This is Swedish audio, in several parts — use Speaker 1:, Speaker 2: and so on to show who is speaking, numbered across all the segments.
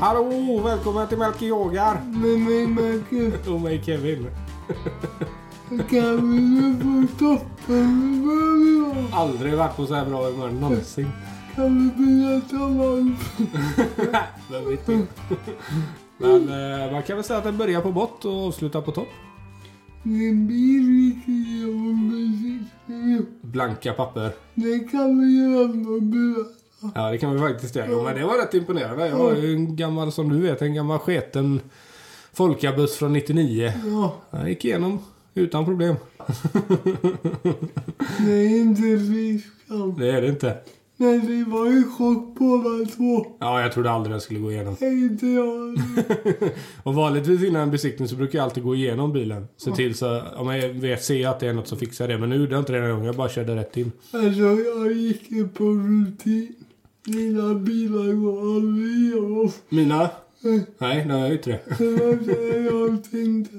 Speaker 1: Hallå! Välkomna till Melker Yogar!
Speaker 2: Med mig Marcus
Speaker 1: Och mig Kevin.
Speaker 2: kan vi nu få toppen börja?
Speaker 1: Aldrig varit på så här bra humör någonsin.
Speaker 2: Kan vi börja tillsammans?
Speaker 1: Vem vet inte. Men eh, man kan väl säga att den börjar på bott och avslutar på topp.
Speaker 2: Min bil gick igenom besiktningen.
Speaker 1: Blanka papper.
Speaker 2: Det kan vi ju ändå börja.
Speaker 1: Ja, det kan vi faktiskt göra. Jo, men det var rätt imponerande. Jag har ju en gammal, som du vet, en gammal sketen folkabuss från 99.
Speaker 2: Ja,
Speaker 1: Den gick igenom utan problem.
Speaker 2: det är inte fiskam.
Speaker 1: Det är det inte.
Speaker 2: Men vi var i chock båda två.
Speaker 1: Ja, jag trodde aldrig den skulle gå igenom.
Speaker 2: Det är Inte jag.
Speaker 1: Och vanligtvis innan en besiktning så brukar jag alltid gå igenom bilen. Se till så, om jag vet, ser jag att det är något så fixar jag det. Men nu gjorde jag inte det den här gången, jag bara körde rätt in.
Speaker 2: Alltså jag gick ju på rutin. Mina bilar går aldrig igenom.
Speaker 1: Mina? Nej, det har jag ju inte det.
Speaker 2: Det var det jag tänkte.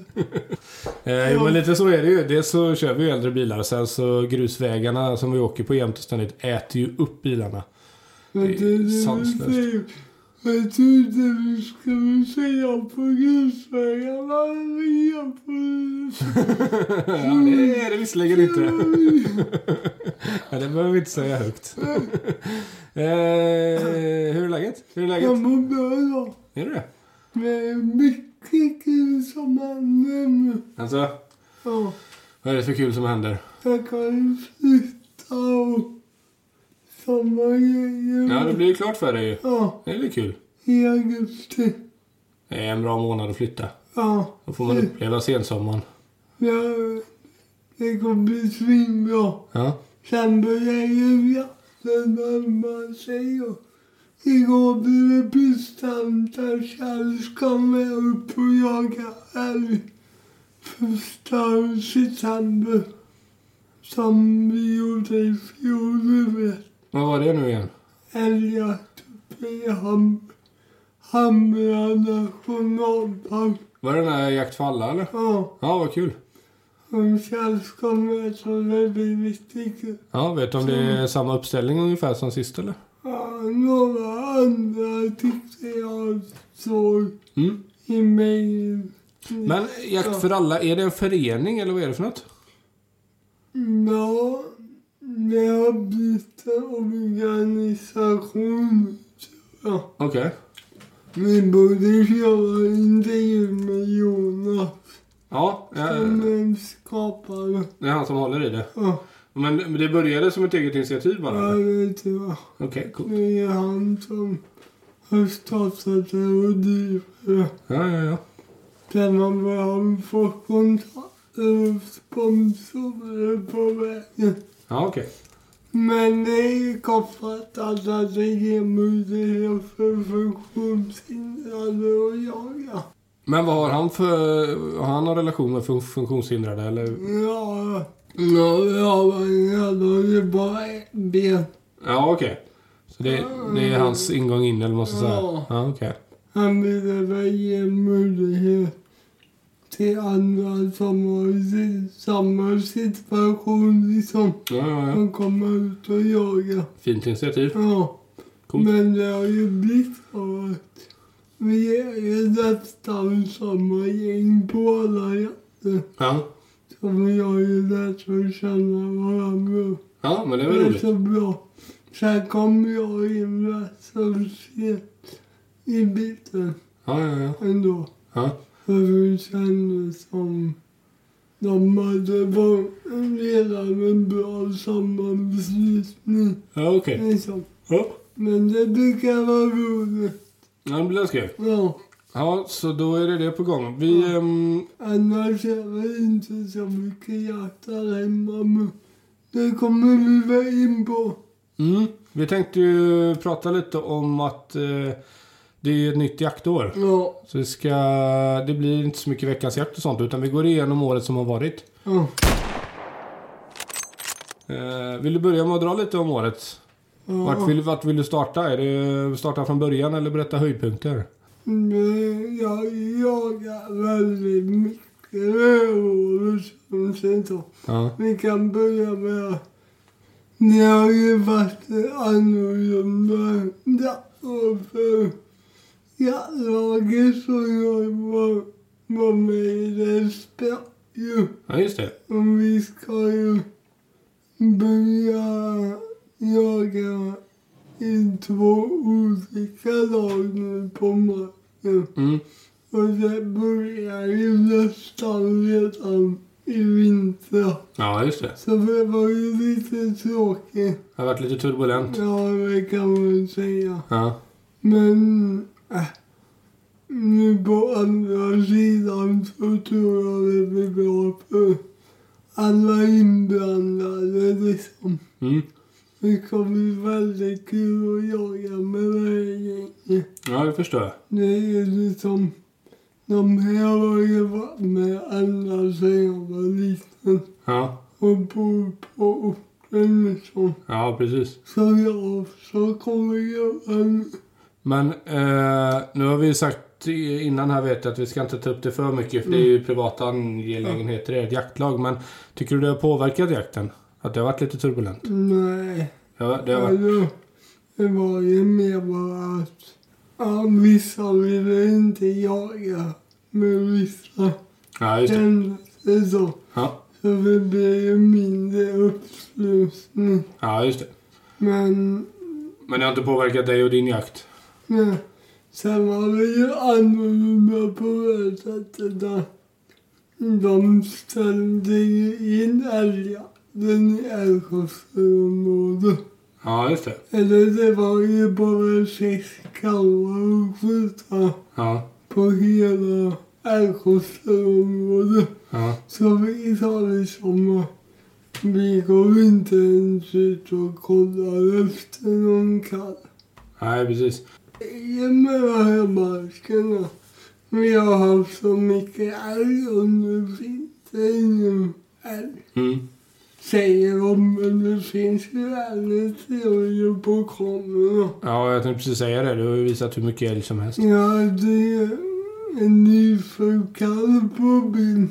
Speaker 1: Eh, jo, men lite så är det ju. Dels så kör vi ju äldre bilar. Sen så grusvägarna som vi åker på jämt och ständigt äter ju upp bilarna.
Speaker 2: Men
Speaker 1: Det är
Speaker 2: det du
Speaker 1: sanslöst.
Speaker 2: säger- Jag trodde vi skulle säga på grusvägarna nya polisen.
Speaker 1: ja, det är det visserligen inte. ja, det behöver vi inte säga högt. eh, hur är läget? Hur är läget?
Speaker 2: Jag mår bra idag.
Speaker 1: Är det det?
Speaker 2: Men det är mycket kul som händer nu.
Speaker 1: Alltså,
Speaker 2: Ja,
Speaker 1: vad är det för kul som händer?
Speaker 2: jag kan ju flytta och sådana grejer.
Speaker 1: Ja, det blir ju klart för dig ju.
Speaker 2: Ja,
Speaker 1: Det är väl kul.
Speaker 2: i augusti.
Speaker 1: Det är en bra månad att flytta.
Speaker 2: Ja,
Speaker 1: Då får man uppleva sensommaren.
Speaker 2: jag, det kommer bli svinbra.
Speaker 1: Ja.
Speaker 2: Sen började Julia förnärma sig och igår blev det bestämt att Kjell ska med upp och jaga älg första september. Som vi gjorde i fjol, du vet.
Speaker 1: Vad var det nu igen?
Speaker 2: Älgjakt uppe i Ham- Hamra nationalpark.
Speaker 1: Var det den där Jakt för alla eller?
Speaker 2: Ja,
Speaker 1: Ja, vad kul.
Speaker 2: och Kjell ska med så det blir riktigt kul.
Speaker 1: Ja, vet du om det är samma uppställning ungefär som sist eller?
Speaker 2: Ja, några andra tyckte jag såg
Speaker 1: Mm.
Speaker 2: i mejlen.
Speaker 1: Men Jakt för alla, är det en förening eller vad är det för något?
Speaker 2: Ja, det har blivit en organisation. tror jag.
Speaker 1: Okej.
Speaker 2: Vi borde köra intervju med Jonas
Speaker 1: Ja, eh,
Speaker 2: som är skapare.
Speaker 1: det är han som håller i det.
Speaker 2: Ja,
Speaker 1: Men det började som ett eget initiativ bara?
Speaker 2: jag
Speaker 1: eller?
Speaker 2: vet inte vad.
Speaker 1: Okej, coolt.
Speaker 2: Det är han som har startat det och driver det.
Speaker 1: Ja, ja, ja.
Speaker 2: Där man behöver få kontakter och sponsorer på vägen.
Speaker 1: Ja, okej.
Speaker 2: Men det är ju kopplat att att det ger möjlighet för funktionshindrade att jaga.
Speaker 1: Men vad har han för... Har han någon relation med fun- funktionshindrade eller?
Speaker 2: Ja, ja, ja, men jag har bara ett ben.
Speaker 1: Ja, okej. Så det, det är hans ingång in eller måste jag säga?
Speaker 2: Ja.
Speaker 1: Ja, okej.
Speaker 2: Han ville väl ge möjlighet till andra som har si- samma situation liksom.
Speaker 1: Ja, ja, ja.
Speaker 2: Som kommer ut och jagar.
Speaker 1: Fint initiativ.
Speaker 2: Ja.
Speaker 1: Coolt.
Speaker 2: Men det har ju blivit så att vi är ju nästan samma gäng på alla jakter.
Speaker 1: Ja.
Speaker 2: Så vi har ju lärt att känna varandra.
Speaker 1: Ja, men det var
Speaker 2: Det är
Speaker 1: roligt.
Speaker 2: så bra. Sen kom jag in rätt så sent i biten
Speaker 1: Ja, ja, ja.
Speaker 2: ändå.
Speaker 1: Ja,
Speaker 2: För det kändes som de hade varit redan en bra sammanslutning.
Speaker 1: ja okej.
Speaker 2: Liksom.
Speaker 1: Ja.
Speaker 2: Men det brukar vara roligt.
Speaker 1: Ja, det blir skoj.
Speaker 2: Ja.
Speaker 1: Ja, så då är det det på gång. Vi... ehm,
Speaker 2: Annars är det inte så mycket jakt här hemma. Men det kommer vi väl in på.
Speaker 1: mm, vi tänkte ju prata lite om att eh, det är ju ett nytt jaktår.
Speaker 2: Ja.
Speaker 1: Så det, ska, det blir inte så mycket veckans jakt och sånt, utan vi går igenom året som har varit.
Speaker 2: ja.
Speaker 1: Eh, vill du börja med att dra lite om året? Vart vill, vart vill du starta? Är det starta från början eller berätta höjdpunkter?
Speaker 2: Men jag jagar väldigt mycket rödhål som sånt. då.
Speaker 1: Ja.
Speaker 2: Vi kan börja med att det har ju varit annorlunda dagar för Ja, laget som jag var, var med i, det spelar ju.
Speaker 1: Ja, just det.
Speaker 2: Och vi ska ju börja jaga i två olika lag nu på marken.
Speaker 1: Mm.
Speaker 2: Och det börjar ju nästan redan i vinter.
Speaker 1: Ja, just det.
Speaker 2: Så det var ju lite tråkigt.
Speaker 1: Det har varit lite turbulent.
Speaker 2: Ja, det kan man säga.
Speaker 1: Ja.
Speaker 2: Men äh, nu på andra sidan så tror jag det blir bra för alla inblandade liksom.
Speaker 1: Mm.
Speaker 2: Det kommer bli väldigt kul att jaga med det här gänget.
Speaker 1: Ja, det förstår jag.
Speaker 2: Det är liksom, de här har ju varit med ända sedan jag var liten
Speaker 1: Ja,
Speaker 2: och bor på orten liksom.
Speaker 1: ja precis.
Speaker 2: Så jag också kommer göra en
Speaker 1: Men eh, nu har vi ju sagt innan här vet jag att vi ska inte ta upp det för mycket för det är ju privata angelägenheter. Det är ett jaktlag. Men tycker du det har påverkat jakten? Att det har varit lite turbulent?
Speaker 2: Nej.
Speaker 1: Ja, det har varit...
Speaker 2: Alltså, det var ju mer bara att ja, vissa ville inte jaga men vissa
Speaker 1: Ja, just det.
Speaker 2: kände sig så.
Speaker 1: Ja,
Speaker 2: Så det blev ju mindre uppslutning.
Speaker 1: ja just det.
Speaker 2: Men
Speaker 1: Men det har inte påverkat dig och din jakt?
Speaker 2: nej. sen var det ju annorlunda på det sättet att de ställde ju in älgjakten i Älvsjöområdet.
Speaker 1: Ja, just det.
Speaker 2: Eller det var ju bara sex kalvar att skjuta.
Speaker 1: Ja,
Speaker 2: på hela Älvsjöområdet.
Speaker 1: ja,
Speaker 2: Så vi sa liksom att vi går inte ens ut och kollar efter någon kalv.
Speaker 1: nej precis.
Speaker 2: I och med de här markerna, vi har haft så mycket älg och nu finns det ingen älg.
Speaker 1: Mm.
Speaker 2: Säger de, men det finns ju älg till på kamerorna.
Speaker 1: Ja, jag tänkte precis säga det. Du har ju visat hur mycket älg som helst.
Speaker 2: Ja, det är en nyfödd kalv på bild.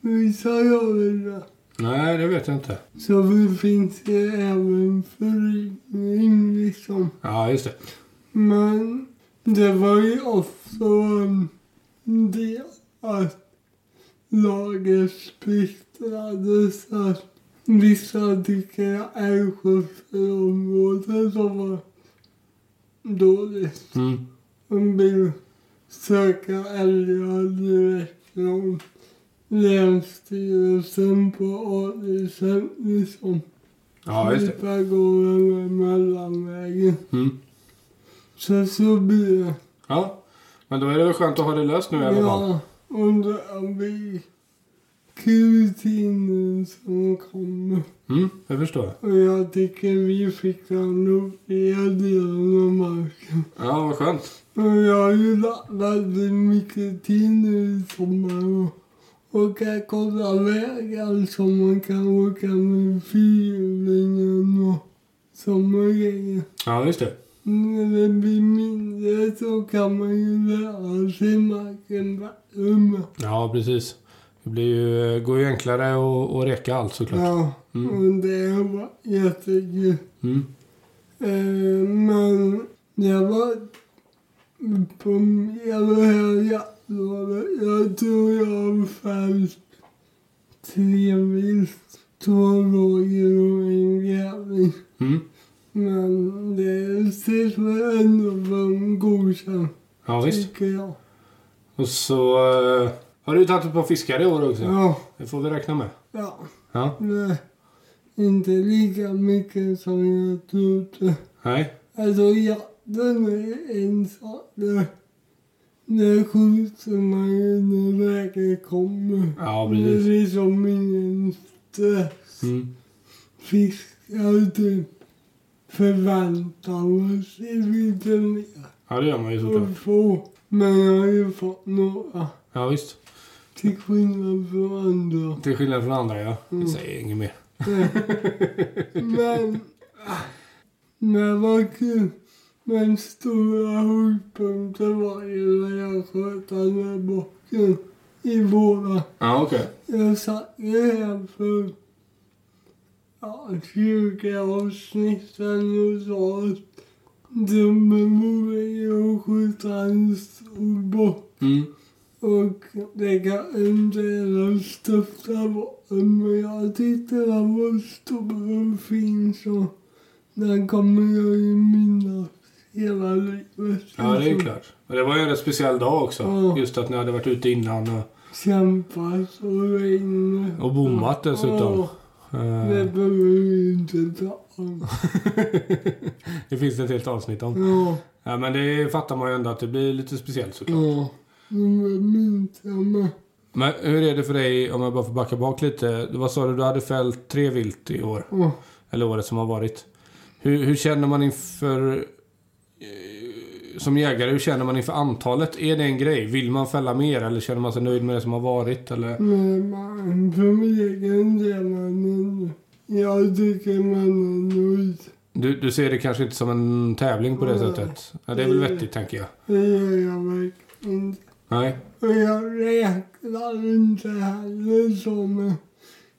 Speaker 2: Visar jag väl det.
Speaker 1: Nej, det vet jag inte.
Speaker 2: Så det finns ju även föryngring liksom.
Speaker 1: Ja, just det.
Speaker 2: Men det var ju också en del att laget splittrades. Att vissa tycker att Älvsjöområdet som var dåligt.
Speaker 1: Mm.
Speaker 2: Hon vill söka älgar direkt från länsstyrelsen på Adisen, liksom.
Speaker 1: Ja, just det.
Speaker 2: Slippa gå den mellanvägen.
Speaker 1: Mm.
Speaker 2: Så så blir det.
Speaker 1: Ja, men då är det väl skönt att ha det löst nu i alla fall.
Speaker 2: Ja, undrar vi kultinen som kommer.
Speaker 1: Mm, det förstår jag.
Speaker 2: Och jag tycker vi fick den roliga delen av marken.
Speaker 1: Ja, vad skönt.
Speaker 2: Men Jag har ju lagt väldigt mycket tid nu i sommar och, och kan kolla vägar som man kan åka med fyrhjulingen och sådana grejer.
Speaker 1: Ja, just det.
Speaker 2: När det blir mindre så kan man ju lära sig marken bättre med.
Speaker 1: Ja, precis. Det blir ju, eh, går ju enklare att, att reka allt såklart.
Speaker 2: Ja, och det har varit jättekul.
Speaker 1: Mm.
Speaker 2: Eh, men jag var på hela här jaktlaget. Jag tror jag har fällt tre vilt, två rådjur och en grävling.
Speaker 1: Mm.
Speaker 2: Men det ses väl ändå som godkänt,
Speaker 1: Ja, visst.
Speaker 2: tycker jag.
Speaker 1: Och så eh, har du ju tagit ett par fiskar i år också.
Speaker 2: Ja,
Speaker 1: Det får vi räkna med.
Speaker 2: ja.
Speaker 1: Ja.
Speaker 2: Nej, inte lika mycket som jag trodde.
Speaker 1: Nej.
Speaker 2: Alltså jakten är en sak. Där, där skjuter man ju när läget kommer.
Speaker 1: Ja,
Speaker 2: det är
Speaker 1: precis.
Speaker 2: liksom ingen stress.
Speaker 1: Mm.
Speaker 2: Fiskar typ förväntar man sig lite mer
Speaker 1: Ja, det gör man ju såklart.
Speaker 2: att få. Men jag har ju fått några.
Speaker 1: Ja, visst.
Speaker 2: Till skillnad från andra.
Speaker 1: Till skillnad från andra, ja.
Speaker 2: Mm.
Speaker 1: Jag säger inget mer.
Speaker 2: Men... ah, Men vad kul. Men stora höjdpunkten var ju när jag sköt den där bocken i våra.
Speaker 1: Ja, okej.
Speaker 2: Jag satt ju här för ja, 20 avsnitt sedan och sa att Drömmen vore ju att skjuta en stor bock
Speaker 1: Mm.
Speaker 2: och lägga under den största vapen. Men jag tyckte den var stor och fin så den kommer jag ju minnas hela livet. Alltså,
Speaker 1: Ja, det är ju klart. Men det var ju en rätt speciell dag också.
Speaker 2: Mm. Ja.
Speaker 1: Just att ni hade varit ute innan och,
Speaker 2: Kämpat och regnat.
Speaker 1: och bommat dessutom.
Speaker 2: Ja,
Speaker 1: Eh,
Speaker 2: det behöver vi inte ta om.
Speaker 1: det finns ett helt avsnitt om.
Speaker 2: Ja,
Speaker 1: Ja, men det fattar man ju ändå att det blir lite speciellt såklart.
Speaker 2: ja. Nu minns jag mig.
Speaker 1: Men hur är det för dig, om jag bara får backa bak lite. Vad sa du, du hade fällt tre vilt i år?
Speaker 2: Ja.
Speaker 1: Eller året som har varit. Hur, hur känner man inför... eh, Som jägare, hur känner man inför antalet? Är det en grej? Vill man fälla mer eller känner man sig nöjd med det som har varit? Eller?
Speaker 2: Men man, för egen del, man är, jag tycker man är nöjd.
Speaker 1: Du, du ser det kanske inte som en tävling på det
Speaker 2: Nej.
Speaker 1: sättet? Ja, det är väl vettigt, tänker jag.
Speaker 2: Det gör jag verkligen inte.
Speaker 1: Nej.
Speaker 2: Och jag räknar inte heller så, men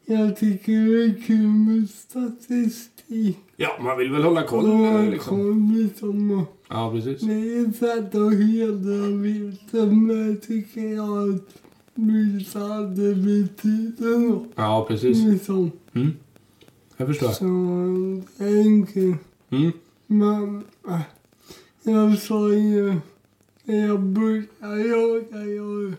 Speaker 2: jag tycker det är kul med statistik.
Speaker 1: Ja, man vill väl hålla koll.
Speaker 2: och
Speaker 1: Liksom.
Speaker 2: koll liksom. och
Speaker 1: Ja, precis.
Speaker 2: Det är ett sätt att hedra viltet, men jag tycker jag att viltet hade betyder något.
Speaker 1: Ja, precis.
Speaker 2: Liksom.
Speaker 1: Mm. Jag förstår.
Speaker 2: Så det är en kul.
Speaker 1: Mm.
Speaker 2: Men äh, jag sa ju när jag började jaga, jag är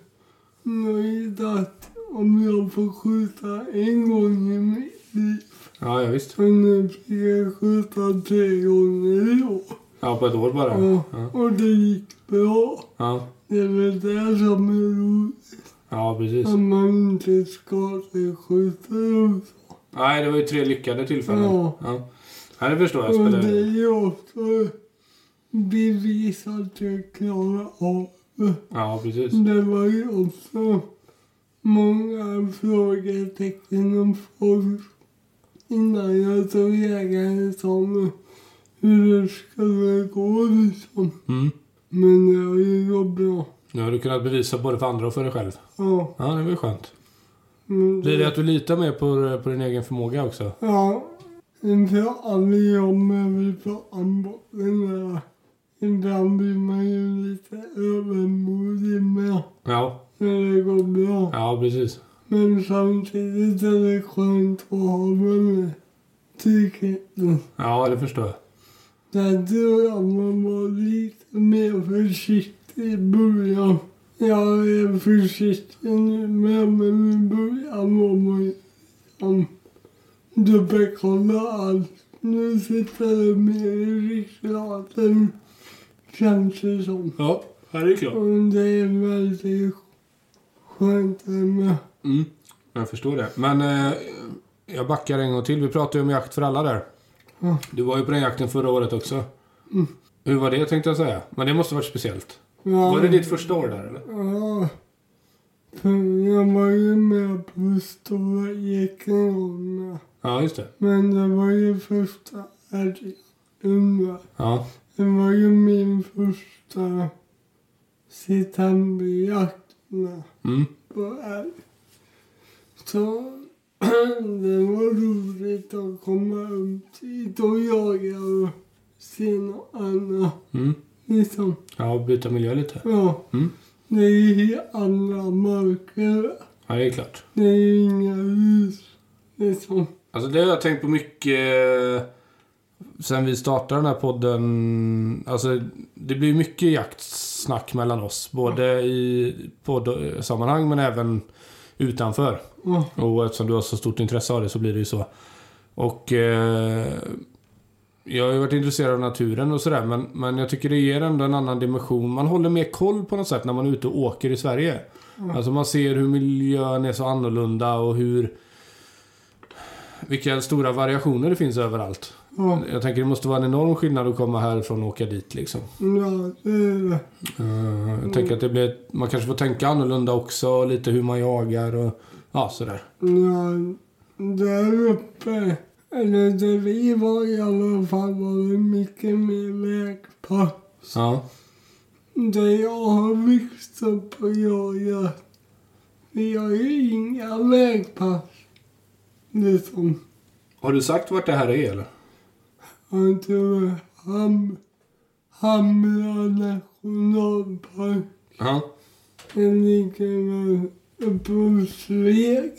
Speaker 2: nöjd att om jag får skjuta en gång i mitt liv.
Speaker 1: Ja, ja, visst.
Speaker 2: Och nu fick jag skjuta tre gånger i år.
Speaker 1: Ja, på ett år bara.
Speaker 2: Ja.
Speaker 1: Ja,
Speaker 2: Och det gick bra.
Speaker 1: ja.
Speaker 2: Det är väl det som är roligt,
Speaker 1: ja precis.
Speaker 2: att man inte skadeskjuter.
Speaker 1: Nej, det var ju tre lyckade tillfällen.
Speaker 2: Ja.
Speaker 1: Ja, ja det förstår jag.
Speaker 2: Och
Speaker 1: Spelar...
Speaker 2: det är ju också bevis att jag klarar av det.
Speaker 1: Ja, precis.
Speaker 2: Det var ju också många frågetecken om folk innan jag tog jägarexamen. Hur det skulle gå liksom.
Speaker 1: Mm.
Speaker 2: Men det har ju gått bra.
Speaker 1: Nu har du kunnat bevisa både för andra och för dig själv.
Speaker 2: Ja.
Speaker 1: Ja, det var ju skönt.
Speaker 2: Men
Speaker 1: Blir det att du litar mer på, på din egen förmåga också?
Speaker 2: Ja. Inte aldrig om jag vill prata om botten där. Ibland blir man ju lite övermodig med
Speaker 1: Ja,
Speaker 2: när det går bra.
Speaker 1: ja precis.
Speaker 2: Men samtidigt är det skönt att ha den tryggheten.
Speaker 1: Ja, det förstår jag.
Speaker 2: Där tror jag man var lite mer försiktig i början. Jag är försiktig nu med, men i början var man ju liksom dubbelkolla allt. Nu sitter det mer i ryggraden, känns det som.
Speaker 1: Ja, här är det klart.
Speaker 2: Och det är väldigt skönt det med.
Speaker 1: Mm. Jag förstår det. Men eh, jag backar en gång till. Vi pratade ju om jakt för alla där.
Speaker 2: Ja.
Speaker 1: Du var ju på den jakten förra året också.
Speaker 2: Mm.
Speaker 1: Hur var det tänkte jag säga? Men det måste varit speciellt.
Speaker 2: Ja.
Speaker 1: Var det ditt första år där eller?
Speaker 2: Ja. För jag var ju med på Stora Ekenholmen.
Speaker 1: Ja, just det.
Speaker 2: Men det var ju första älgjakten där.
Speaker 1: Ja,
Speaker 2: Det var ju min första septemberjakt med
Speaker 1: mm.
Speaker 2: på älg. Så det var roligt att komma upp dit och jaga och se något annat.
Speaker 1: Mm.
Speaker 2: Liksom,
Speaker 1: ja byta miljö lite.
Speaker 2: ja.
Speaker 1: Mm.
Speaker 2: Det är ju helt andra marker.
Speaker 1: Ja, det är klart.
Speaker 2: Det är ju inga hus, liksom.
Speaker 1: Alltså det har jag tänkt på mycket eh, sen vi startade den här podden. Alltså det blir mycket jaktsnack mellan oss. Både i poddsammanhang men även utanför.
Speaker 2: Ja,
Speaker 1: Och eftersom du har så stort intresse av det så blir det ju så. Och eh, jag har ju varit intresserad av naturen och sådär men, men jag tycker det ger ändå en annan dimension. Man håller mer koll på något sätt när man är ute och åker i Sverige. Alltså man ser hur miljön är så annorlunda och hur vilka stora variationer det finns överallt.
Speaker 2: ja,
Speaker 1: Jag tänker det måste vara en enorm skillnad att komma härifrån och åka dit liksom.
Speaker 2: ja, det är det.
Speaker 1: Eh, jag tänker att det blir, ett- man kanske får tänka annorlunda också, lite hur man jagar och ja sådär.
Speaker 2: Ja, där uppe, eller där vi var i alla fall, var det mycket mer vägpass.
Speaker 1: Ja.
Speaker 2: Där jag har växt upp och jagat. Vi har ju inga vägpass. Liksom.
Speaker 1: Har du sagt vart det här är eller?
Speaker 2: Jag tror det är Ham- Hamra nationalpark.
Speaker 1: Ja,
Speaker 2: Den ligger uppe hos Sveg.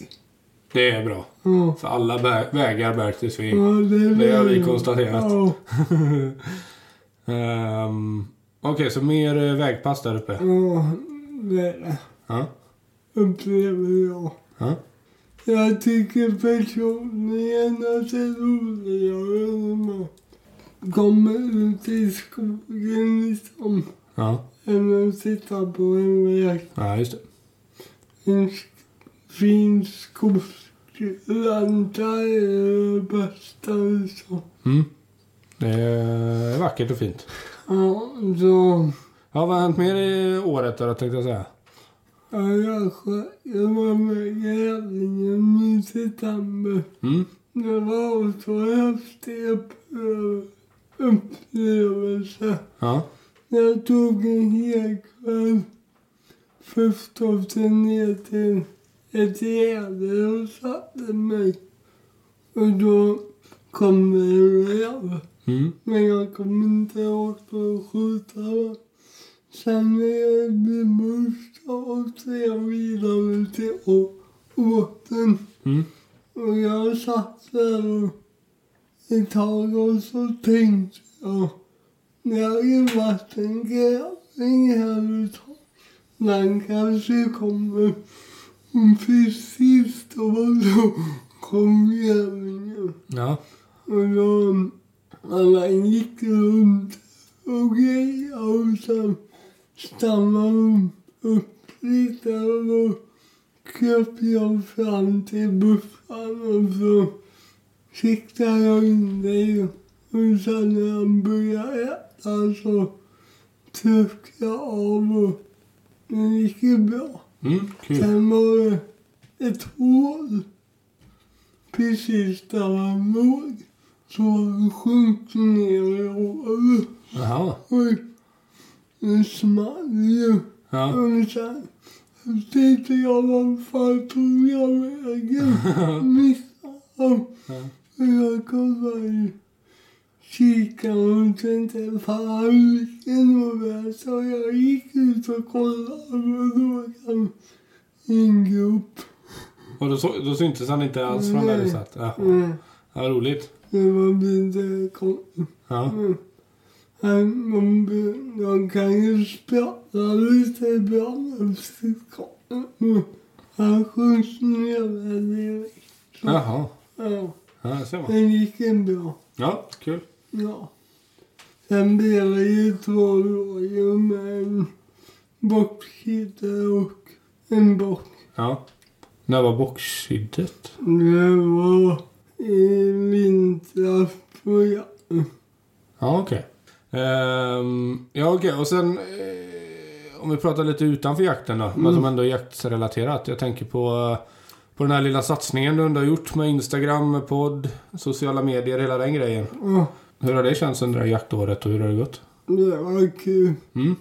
Speaker 1: det är bra.
Speaker 2: Ja.
Speaker 1: För alla bä- vägar bär till Sveg.
Speaker 2: Ja, det,
Speaker 1: Det har vi
Speaker 2: vill jag.
Speaker 1: konstaterat.
Speaker 2: Ja,
Speaker 1: Ehm, Okej, så mer eh, vägpass där uppe?
Speaker 2: ja, det
Speaker 1: Ja.
Speaker 2: upplever jag.
Speaker 1: Ja.
Speaker 2: Jag tycker personligen att det är roligare när man kommer ut i skogen liksom.
Speaker 1: Ja,
Speaker 2: Än att sitta på en väg.
Speaker 1: ja just det.
Speaker 2: En sk- fin skogsplanta är det bästa liksom.
Speaker 1: Mm. Det är vackert och fint.
Speaker 2: Ja, så...
Speaker 1: Ja, vad har hänt mer i året då, tänkte jag säga?
Speaker 2: Ja, jag skötte mig med grävlingen i september.
Speaker 1: Mm.
Speaker 2: Det var en så häftig upple- upplevelse.
Speaker 1: Ja.
Speaker 2: Jag tog en hel kväll förstås ner till ett gärde och satte mig. Och då kom det en räv.
Speaker 1: Mm.
Speaker 2: Men jag kom inte åt att skjuta den. Sen när jag blev borta åkte jag vidare till å- båten.
Speaker 1: Mm.
Speaker 2: Och jag satt där och ett tag och så tänkte jag. Det har ju varit en grävling här ett tag. Den kanske kommer precis då och då kom grävlingen.
Speaker 1: Ja.
Speaker 2: Och då alla gick runt och grejade och sen stannade de upp lite och då kröp jag fram till buffran och så siktade jag in dig och sen när han började äta så tryckte jag av och det gick ju bra.
Speaker 1: Mm. Kul.
Speaker 2: Sen var det ett hål precis där han låg. Så han sjönk ner i hålet.
Speaker 1: Jaha.
Speaker 2: Och det small ju.
Speaker 1: Ja.
Speaker 2: Och sen tänkte jag, vad fan tog jag vägen? Missade han.
Speaker 1: Ja.
Speaker 2: Och jag kollade i kikaren och tänkte, fan vilken oväder. Så jag gick ut och kollade och då kan en grupp.
Speaker 1: Och då, så, då syntes han inte alls från där du satt? Jaha.
Speaker 2: Mm.
Speaker 1: Ja, roligt.
Speaker 2: Det var lite konstigt.
Speaker 1: Ja.
Speaker 2: Men de, de kan ju spela lite bra med sitt konto. Han sjönk ner direkt.
Speaker 1: Jaha.
Speaker 2: Ja,
Speaker 1: Ja, där ser man.
Speaker 2: det gick ju bra.
Speaker 1: Ja, kul.
Speaker 2: Ja. Sen blev det ju två rådjur med en bockskidde och en bock.
Speaker 1: Ja. När var boxskyddet?
Speaker 2: Det var i vintras på jakten.
Speaker 1: Ja, okej. Ehm, ja, okej. Och sen... Eh, om vi pratar lite utanför jakten då. Men som ändå är jaktrelaterat. Jag tänker på, eh, på den här lilla satsningen du ändå har gjort med Instagram, med podd, sociala medier, hela den grejen.
Speaker 2: Ja,
Speaker 1: Hur har det känts under det här jaktåret och hur har det gått?
Speaker 2: det var kul.
Speaker 1: Mm.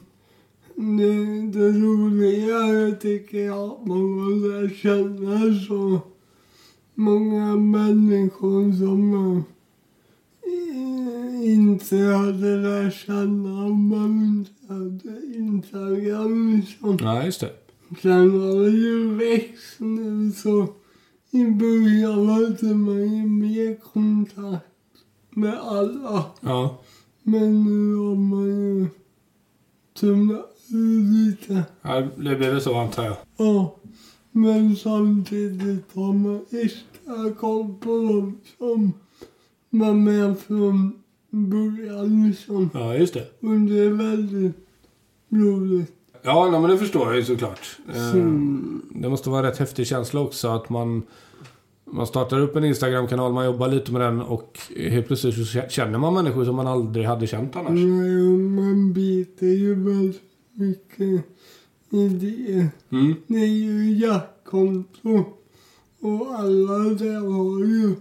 Speaker 2: Det, det roligare tycker jag att man lär känna så många människor som man eh, inte hade lärt känna om man inte hade Instagram. Liksom.
Speaker 1: Ja, just det.
Speaker 2: Sen har det ju växt nu så i början hade man ju mer kontakt med alla.
Speaker 1: Ja.
Speaker 2: Men nu har man ju tunnat ut lite.
Speaker 1: ja det blev väl så antar jag.
Speaker 2: Ja, men samtidigt har man extra koll på dem som var med från början liksom.
Speaker 1: Ja, just det.
Speaker 2: Och det är väldigt roligt.
Speaker 1: Ja, nej, men det förstår jag ju såklart. Eh,
Speaker 2: Mm.
Speaker 1: Det måste vara en rätt häftig känsla också att man, man startar upp en Instagram-kanal, man jobbar lite med den och helt plötsligt så kä- känner man människor som man aldrig hade känt annars.
Speaker 2: Nej, och man biter ju väldigt mycket i det.
Speaker 1: Mm.
Speaker 2: Det är ju jaktkonto. Och alla där har ju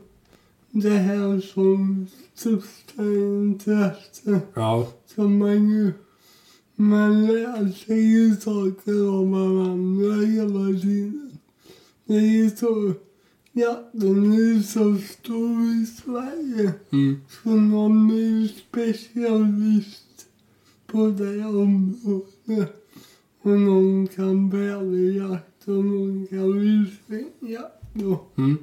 Speaker 2: det här som största intresse.
Speaker 1: Ja,
Speaker 2: Så man ju... Man lär sig ju saker om varandra hela tiden. Det är ju så... Jakten är så stor i Sverige.
Speaker 1: mm.
Speaker 2: Så någon är ju specialist på det området. Och någon kan bäverjakt och någon kan vildsvinsjakt. och
Speaker 1: Mm.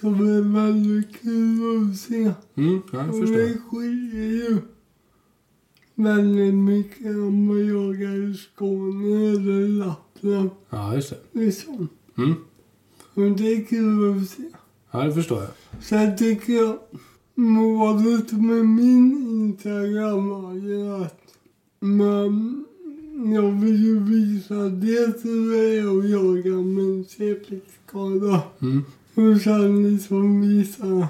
Speaker 2: Så det är väldigt kul att se.
Speaker 1: Mm, ja, jag
Speaker 2: Och det
Speaker 1: förstår.
Speaker 2: skiljer ju väldigt mycket om man jagar i Skåne eller Lappland.
Speaker 1: Ja, just det.
Speaker 2: Liksom.
Speaker 1: Mm.
Speaker 2: Och det är kul att se.
Speaker 1: Ja, det förstår jag.
Speaker 2: Sen tycker jag målet med min Instagram var ju att man, jag vill ju visa dels hur det är att jaga med en cp-skada
Speaker 1: Mm.
Speaker 2: och sen liksom visa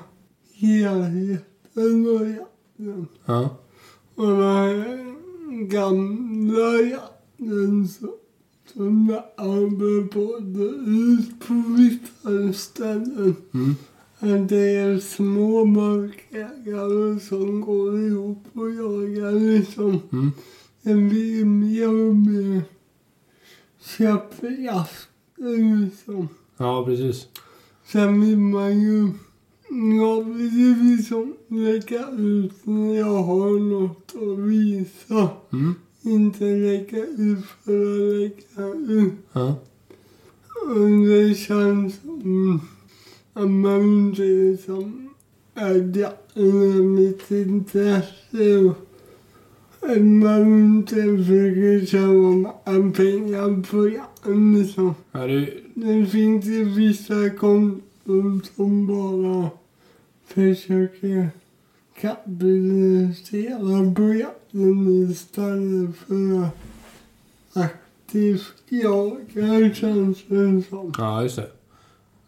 Speaker 2: helheten och jakten.
Speaker 1: Ja.
Speaker 2: Och den här gamla jakten så- som jag har både ut på vissa ställen
Speaker 1: Mm.
Speaker 2: men det är små markägare som går ihop och jagar liksom.
Speaker 1: Mm.
Speaker 2: Det blir mer och mer köpjakt liksom.
Speaker 1: Ja, precis.
Speaker 2: Sen vill man ju... Jag vill ju liksom lägga ut när jag har något att visa.
Speaker 1: Mm.
Speaker 2: Inte lägga ut för att lägga ut.
Speaker 1: Ja.
Speaker 2: Och det känns som att man inte liksom äger mitt intresse. och Att man inte försöker tjäna en pengar på jakten liksom.
Speaker 1: Ja, det,
Speaker 2: Det finns ju vissa konton som bara försöker kapitalisera på jakten istället för att aktivt jaga känns det som.
Speaker 1: ja, just det.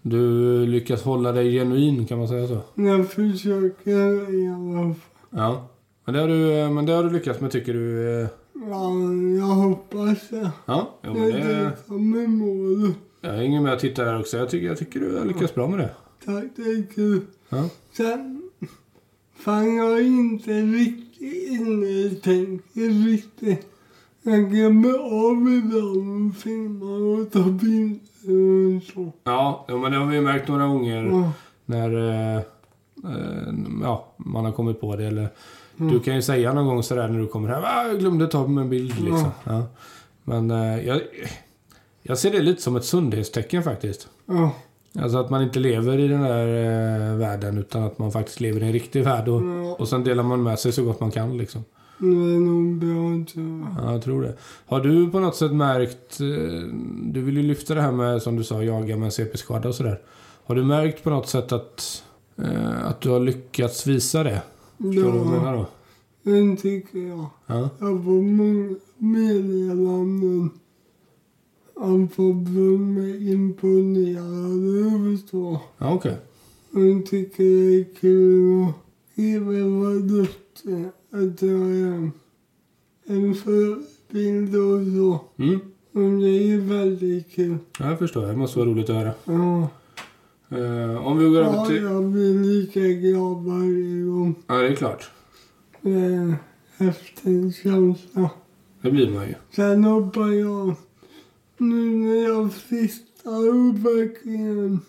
Speaker 1: Du lyckas hålla dig genuin, kan man säga så?
Speaker 2: Jag försöker i alla fall.
Speaker 1: Ja. Men det har du, eh, men det har du lyckats med, tycker du? eh?
Speaker 2: Ja, jag hoppas det.
Speaker 1: Ja. Jo, men
Speaker 2: Det är
Speaker 1: det,
Speaker 2: det som är målet.
Speaker 1: jag hänger med och tittar här också. Jag tycker, jag tycker du har lyckats bra med det.
Speaker 2: Tack, det är kul.
Speaker 1: Ja.
Speaker 2: Sen fann jag inte riktigt in i tänket riktigt. Jag glömmer av ibland och filmar och tar bilder och så.
Speaker 1: Ja, jo, men det har vi märkt några gånger.
Speaker 2: Ja,
Speaker 1: När eh, eh, ja, man har kommit på det. Eller,
Speaker 2: Mm.
Speaker 1: Du kan ju säga någon gång sådär när du kommer hem. Ah, jag glömde ta med en bild liksom.
Speaker 2: Mm.
Speaker 1: Ja. Men eh, jag, jag ser det lite som ett sundhetstecken faktiskt.
Speaker 2: ja,
Speaker 1: Alltså att man inte lever i den där eh, världen utan att man faktiskt lever i en riktig värld. Och,
Speaker 2: ja.
Speaker 1: och sen delar man med sig så gott man kan liksom.
Speaker 2: Det är nog bra tror jag.
Speaker 1: Ja, jag tror det. Har du på något sätt märkt, eh, du vill ju lyfta det här med som du sa, jaga med en CP-skada och sådär. Har du märkt på något sätt att, eh, att du har lyckats visa det? Förstår du vad jag
Speaker 2: Ja,
Speaker 1: menar då?
Speaker 2: det tycker jag.
Speaker 1: Ja.
Speaker 2: Jag får många meddelanden av folk som är imponerade över så.
Speaker 1: Ja, okej.
Speaker 2: Hon tycker det är kul att skriva vad duktig att jag är en förebild och så.
Speaker 1: Mm.
Speaker 2: Och det är ju väldigt kul.
Speaker 1: Ja, jag förstår. Det måste vara roligt att höra.
Speaker 2: Ja,
Speaker 1: Eh, om vi går över
Speaker 2: ja
Speaker 1: till...
Speaker 2: jag blir lika glad varje gång.
Speaker 1: Ja, det är klart.
Speaker 2: Det är en häftig känsla.
Speaker 1: Det blir man ju.
Speaker 2: Sen hoppar jag, nu när jag flyttar och verkligen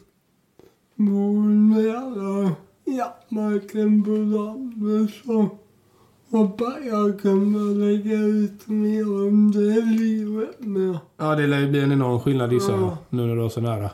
Speaker 2: bor nära jaktmarken på landet så hoppas jag kunna lägga ut mer om det livet med.
Speaker 1: Ja, det lär ju bli en enorm skillnad gissar jag.
Speaker 2: Ja.
Speaker 1: Nu när du var så nära.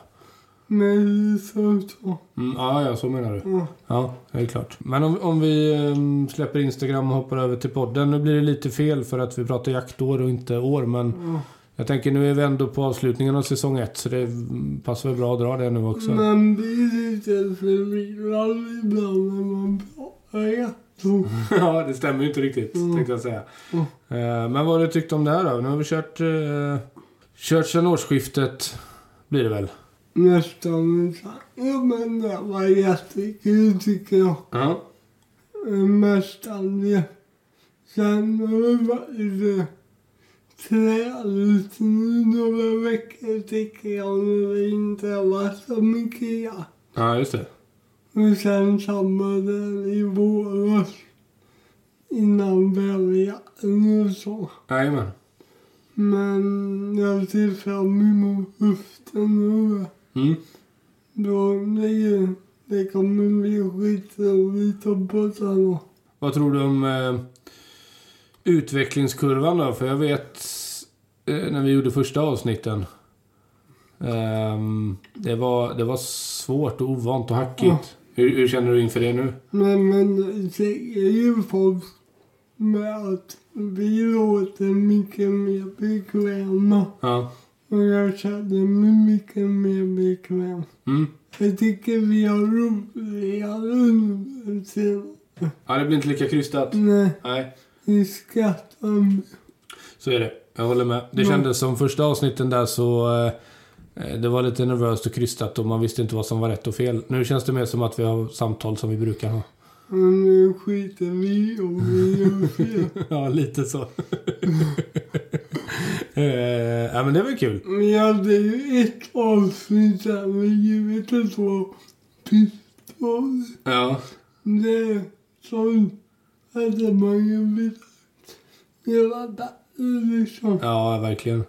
Speaker 2: Med hus och så.
Speaker 1: Mm, ja, ja, så menar du.
Speaker 2: Ja.
Speaker 1: Ja, det är klart. Men om, om vi ehm, släpper Instagram och hoppar över till podden. Nu blir det lite fel för att vi pratar jaktår och inte år. Men
Speaker 2: ja.
Speaker 1: jag tänker nu är vi ändå på avslutningen av säsong ett. Så det mm, passar väl bra att dra det nu också.
Speaker 2: Man blir lite förvirrad ibland när man pratar jaktord.
Speaker 1: ja, det stämmer ju inte riktigt
Speaker 2: Mm.
Speaker 1: tänkte jag säga.
Speaker 2: Mm.
Speaker 1: Eh, men vad har du tyckt om det här då? Nu har vi kört, eh, kört sedan årsskiftet. Blir det väl?
Speaker 2: Nästan exakt. Ja men det var jättekul tycker jag.
Speaker 1: Ja.
Speaker 2: mästande. Sen har det varit lite träligt nu några veckor tycker jag när det inte har varit så mycket jakt.
Speaker 1: Ja, just det.
Speaker 2: Och sen samma där i våras. Innan bäverjakten och så.
Speaker 1: Jajamän.
Speaker 2: Men jag ser fram emot höften nu.
Speaker 1: Mm.
Speaker 2: Då blir det, det kommer bli skitroligt att podda då.
Speaker 1: Vad tror du om eh, utvecklingskurvan då? För jag vet eh, när vi gjorde första avsnitten. ehm, det, var, det var svårt och ovant och hackigt.
Speaker 2: Ja.
Speaker 1: Hur, hur känner du inför det nu?
Speaker 2: Men, men säger ju folk med att vi låter mycket mer bekväma.
Speaker 1: Ja.
Speaker 2: Och jag känner mig mycket mer bekväm.
Speaker 1: Mm.
Speaker 2: Jag tycker vi har roligare nu. sen.
Speaker 1: Ja, det blir inte lika krystat.
Speaker 2: Nej,
Speaker 1: Nej,
Speaker 2: vi skrattar mer.
Speaker 1: så är det. Jag håller med. Det
Speaker 2: Mm.
Speaker 1: kändes som första avsnitten där så... eh, eh, Det var lite nervöst och krystat och man visste inte vad som var rätt och fel. Nu känns det mer som att vi har samtal som vi brukar ha.
Speaker 2: Men nu skiter vi i om vi gör fel.
Speaker 1: Ja, lite så. eh, ja, men det var kul.
Speaker 2: Vi hade ju ett avsnitt där vi givetvis var pistoler.
Speaker 1: Ja.
Speaker 2: Det som hade man ju velat göra bättre liksom.
Speaker 1: Ja, verkligen.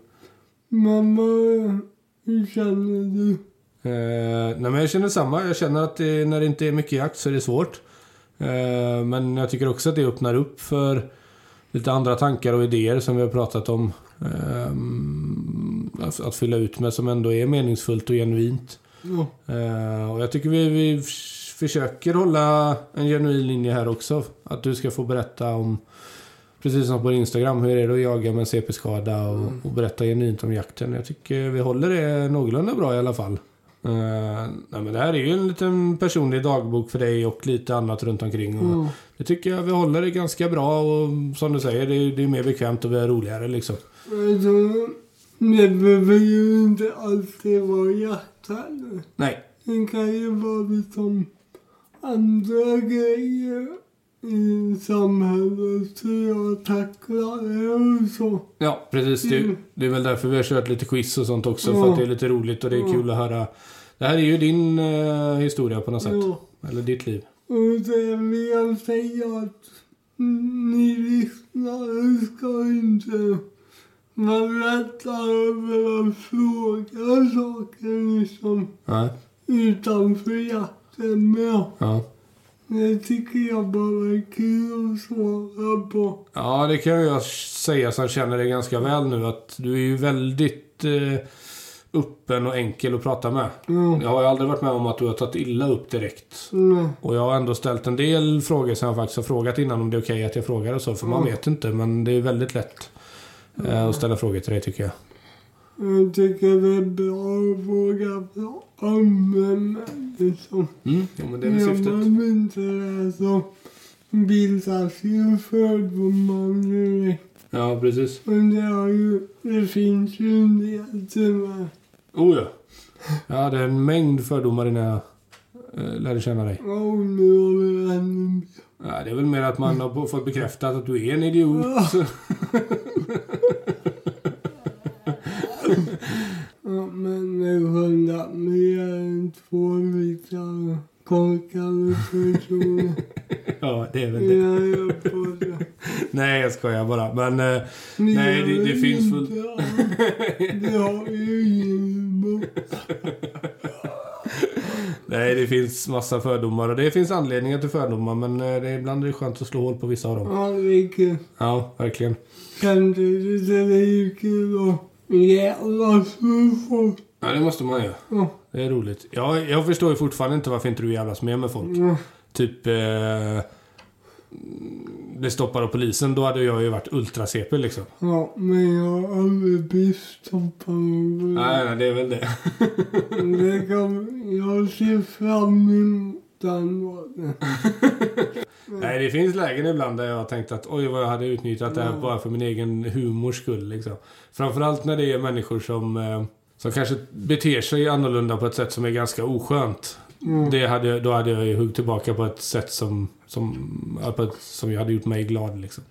Speaker 2: Men vad hur känner du?
Speaker 1: Eh, nej, men jag känner samma. Jag känner att det, när det inte är mycket jakt så är det svårt. Eh, men jag tycker också att det öppnar upp för lite andra tankar och idéer som vi har pratat om. Eh, att, att fylla ut med som ändå är meningsfullt och genuint.
Speaker 2: Ja.
Speaker 1: Eh, och jag tycker vi, vi f- försöker hålla en genuin linje här också. Att du ska få berätta om, precis som på Instagram, hur är det att jaga med en CP-skada och, och berätta genuint om jakten. Jag tycker vi håller det någorlunda bra i alla fall. Eh, nej, men det här är ju en liten personlig dagbok för dig och lite annat runt omkring. Och
Speaker 2: Ja.
Speaker 1: Det tycker jag vi håller det ganska bra och som du säger, det, är- det är mer bekvämt och vi är roligare liksom.
Speaker 2: Alltså, det behöver ju inte alltid vara hjärtat.
Speaker 1: Nej.
Speaker 2: Det kan ju vara liksom andra grejer i samhället hur jag tacklar det och så.
Speaker 1: Ja, precis. Det,
Speaker 2: Mm.
Speaker 1: det är väl därför vi har kört lite quiz och sånt också.
Speaker 2: Ja.
Speaker 1: För att det är lite roligt och det är
Speaker 2: Ja.
Speaker 1: kul att höra. Det här är ju din eh, historia på något sätt.
Speaker 2: Ja.
Speaker 1: Eller ditt liv.
Speaker 2: Och det vill jag säga att ni lyssnare ska inte vara rädda över att fråga saker liksom
Speaker 1: Ja.
Speaker 2: utanför jakten med.
Speaker 1: Ja.
Speaker 2: Det tycker jag bara är kul att svara på.
Speaker 1: ja, det kan jag säga som känner dig ganska väl nu. Att du är ju väldigt eh, öppen och enkel att prata med.
Speaker 2: Ja.
Speaker 1: Jag har ju aldrig varit med om att du har tagit illa upp direkt.
Speaker 2: Nej.
Speaker 1: Och jag har ändå ställt en del frågor som jag faktiskt har frågat innan om det är okej att jag frågar och så. För man
Speaker 2: Mm.
Speaker 1: vet inte, men det är väldigt lätt eh, att ställa frågor till dig tycker jag.
Speaker 2: Jag tycker det är bra att våga prata om det men liksom.
Speaker 1: Mm. Ja, men det är väl
Speaker 2: Gör
Speaker 1: syftet.
Speaker 2: man inte det så bildas ju fördomar direkt.
Speaker 1: Ja, precis.
Speaker 2: Men det, har ju, det finns ju en del tyvärr.
Speaker 1: Oh ja. Jag hade en mängd fördomar innan jag eh, lärde känna dig.
Speaker 2: Och nu har vi ännu mer.
Speaker 1: Ja, det är väl mer att man har på- fått bekräftat att du är en idiot. Så-
Speaker 2: Ja, men nu hundra mer än två liter korkade personer.
Speaker 1: Ja, det är väl det.
Speaker 2: Jag gör på det.
Speaker 1: Mm. Nej, jag skojar bara. Men eh,
Speaker 2: Ni
Speaker 1: Nej, det-
Speaker 2: gör
Speaker 1: det finns väl-
Speaker 2: inte allt. Det har ju ingen humor.
Speaker 1: nej, det finns massa fördomar och det finns anledningar till fördomar. Men eh, det är ibland är det skönt att slå hål på vissa av dem.
Speaker 2: Ja, det är kul.
Speaker 1: Ja, verkligen.
Speaker 2: Samtidigt är det ju kul att jävlas med folk.
Speaker 1: Ja, det måste man ju.
Speaker 2: Ja,
Speaker 1: Det är roligt. Ja, jag förstår ju fortfarande inte varför inte du jävlas mer med folk.
Speaker 2: ja,
Speaker 1: Typ... Eh, blir stoppad av polisen, då hade jag ju varit ultra-CP liksom.
Speaker 2: ja, men jag har aldrig blivit stoppad av
Speaker 1: Nej,
Speaker 2: det.
Speaker 1: nej, det är väl det.
Speaker 2: det. Kan, jag ser fram emot den dagen. Mm.
Speaker 1: Nej, det finns lägen ibland där jag har tänkt att oj vad jag hade utnyttjat det här
Speaker 2: Mm.
Speaker 1: bara för min egen humors skull. Liksom. Framförallt när det är människor som, eh, som kanske beter sig annorlunda på ett sätt som är ganska oskönt.
Speaker 2: Mm.
Speaker 1: Det hade, jag- då hade jag ju huggt tillbaka på ett sätt som, som, ja, på ett, som jag hade gjort mig glad. Liksom.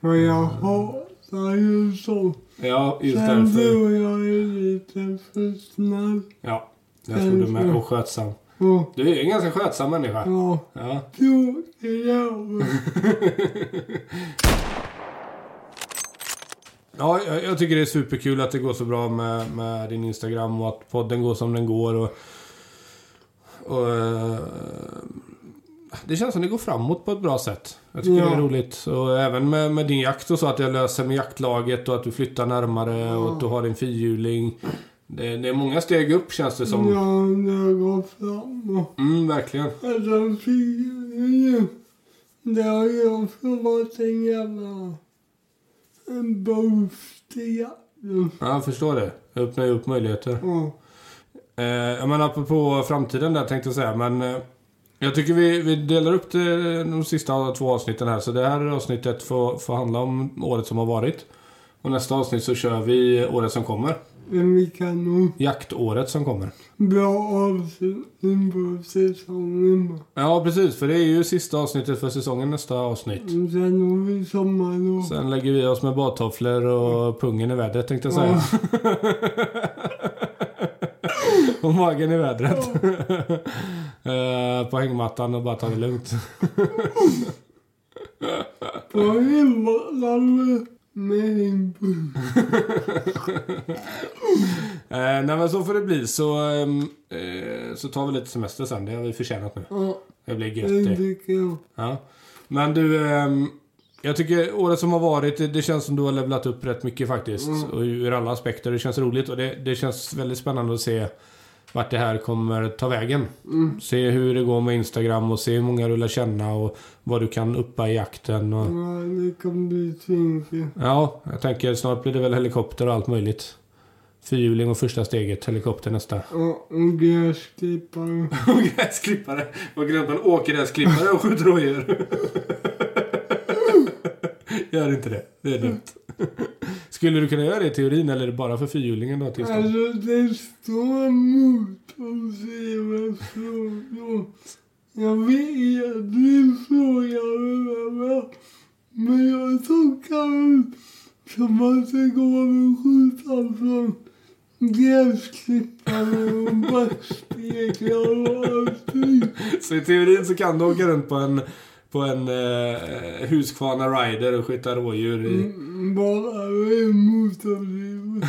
Speaker 2: Och jag hatar ju sånt.
Speaker 1: Ja, just
Speaker 2: Sen du
Speaker 1: därför.
Speaker 2: och jag är lite för snäll.
Speaker 1: Ja, jag tror du är
Speaker 2: Mm.
Speaker 1: med. Och skötsam.
Speaker 2: Ja,
Speaker 1: Du är en ganska skötsam människa.
Speaker 2: ja.
Speaker 1: Ja.
Speaker 2: Tråkig jävel.
Speaker 1: Ja, jag, jag tycker det är superkul att det går så bra med, med din Instagram och att podden går som den går. Och, och, eh, det känns som det går framåt på ett bra sätt. Jag tycker
Speaker 2: Ja.
Speaker 1: det är roligt. Och även med, med din jakt och så, att jag löser med jaktlaget och att du flyttar närmare och att du har din fyrhjuling. Det, det är många steg upp känns det som.
Speaker 2: Ja, det går framåt.
Speaker 1: Mm, verkligen.
Speaker 2: Alltså fyrhjulingen, det har ju också varit en jävla... En boost i jakten.
Speaker 1: Ja, jag förstår det. Jag öppnar ju upp möjligheter.
Speaker 2: Ja.
Speaker 1: Eh, jag menar apropå framtiden där tänkte jag säga, men... Eh, jag tycker vi, vi delar upp det, eh, de sista två avsnitten här. Så det här avsnittet får, får handla om året som har varit. Och nästa avsnitt så kör vi året som kommer.
Speaker 2: Men vi kan nog
Speaker 1: Jaktåret som kommer.
Speaker 2: bra avslutning på säsongen. va.
Speaker 1: Ja, precis. För det är ju sista avsnittet för säsongen nästa avsnitt.
Speaker 2: Och Sen har vi sommarlov.
Speaker 1: Sen lägger vi oss med badtofflor och pungen i vädret tänkte jag säga. och magen i vädret. Eh, På hängmattan och bara ta det lugnt.
Speaker 2: På hemlandet med din buss.
Speaker 1: Eh, nej men så får det bli. Så, ehm, eh, så tar vi lite semester sen. Det har vi förtjänat nu.
Speaker 2: Ja,
Speaker 1: Det blir gött
Speaker 2: det
Speaker 1: det.
Speaker 2: tycker jag.
Speaker 1: Ja. Men du, ehm, jag tycker året som har varit, det, det känns som du har levlat upp rätt mycket faktiskt. Och ur alla aspekter. Det känns roligt och det, det känns väldigt spännande att se vart det här kommer ta vägen. Se hur det går med Instagram och se hur många du lär känna och vad du kan uppa i jakten. Och...
Speaker 2: Ja, det kan bli tvinkigt.
Speaker 1: Ja, jag tänker snart blir det väl helikopter och allt möjligt. Fyrhjuling och första steget, helikopter nästa.
Speaker 2: Ja, och gräsklippare.
Speaker 1: Och gräsklippare. Vad grymt man åker gräsklippare och skjuter rådjur. Gör inte det. Det är dumt. Skulle du kunna göra det i teorin eller är det bara för fyrhjulingen du har tillstånd?
Speaker 2: Alltså det står motorfria frågor. Jag vet du frågar över men jag tolkar det som att det går att skjuta från gräsklippare och backstekar och allting.
Speaker 1: Så i teorin så kan du åka runt på en, på en eh, Husqvarna Rider och skjuta rådjur i...
Speaker 2: Mm, Bara en motorfria.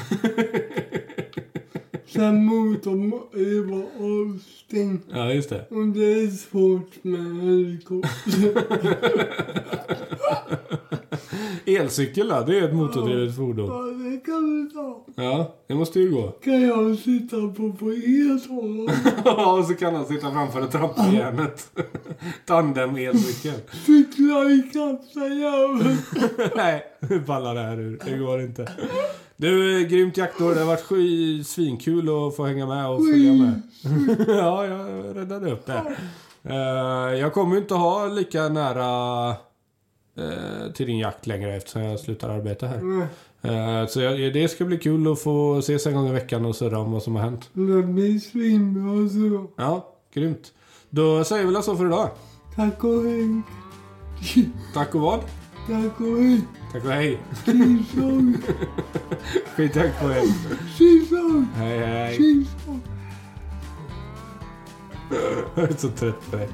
Speaker 2: Sen motorn är bara avstängd.
Speaker 1: Ja, just det.
Speaker 2: Och det är svårt med helikopter.
Speaker 1: Elcykel då, det är ett motordrivet fordon.
Speaker 2: Ja, det kan vi ta.
Speaker 1: Ja, det måste ju gå.
Speaker 2: Kan jag sitta på på ert håll?
Speaker 1: Ja, och så kan han sitta framför ett trampjärnet. Tandem-elcykel.
Speaker 2: Cykla ikapp sig över.
Speaker 1: Nej, nu ballar det här ur. Det går inte. Du, eh, grymt jaktår. Det har varit sky, svinkul att få hänga med och följa med. ja, jag räddade upp det. Eh, jag kommer ju inte ha lika nära eh, till din jakt längre eftersom jag slutar arbeta här. Eh, så jag, det ska bli kul att få ses en gång i veckan och surra om vad som har hänt.
Speaker 2: Det blir svinbra så.
Speaker 1: Ja, grymt. Då säger vi väl så för idag.
Speaker 2: Tack och hej.
Speaker 1: Tack och vad?
Speaker 2: Tack och hej.
Speaker 1: Tack och hej.
Speaker 2: Tjing
Speaker 1: Skit tack på er.
Speaker 2: tjong.
Speaker 1: Hej, hej.
Speaker 2: Tjing tjong.
Speaker 1: Jag är så trött på dig.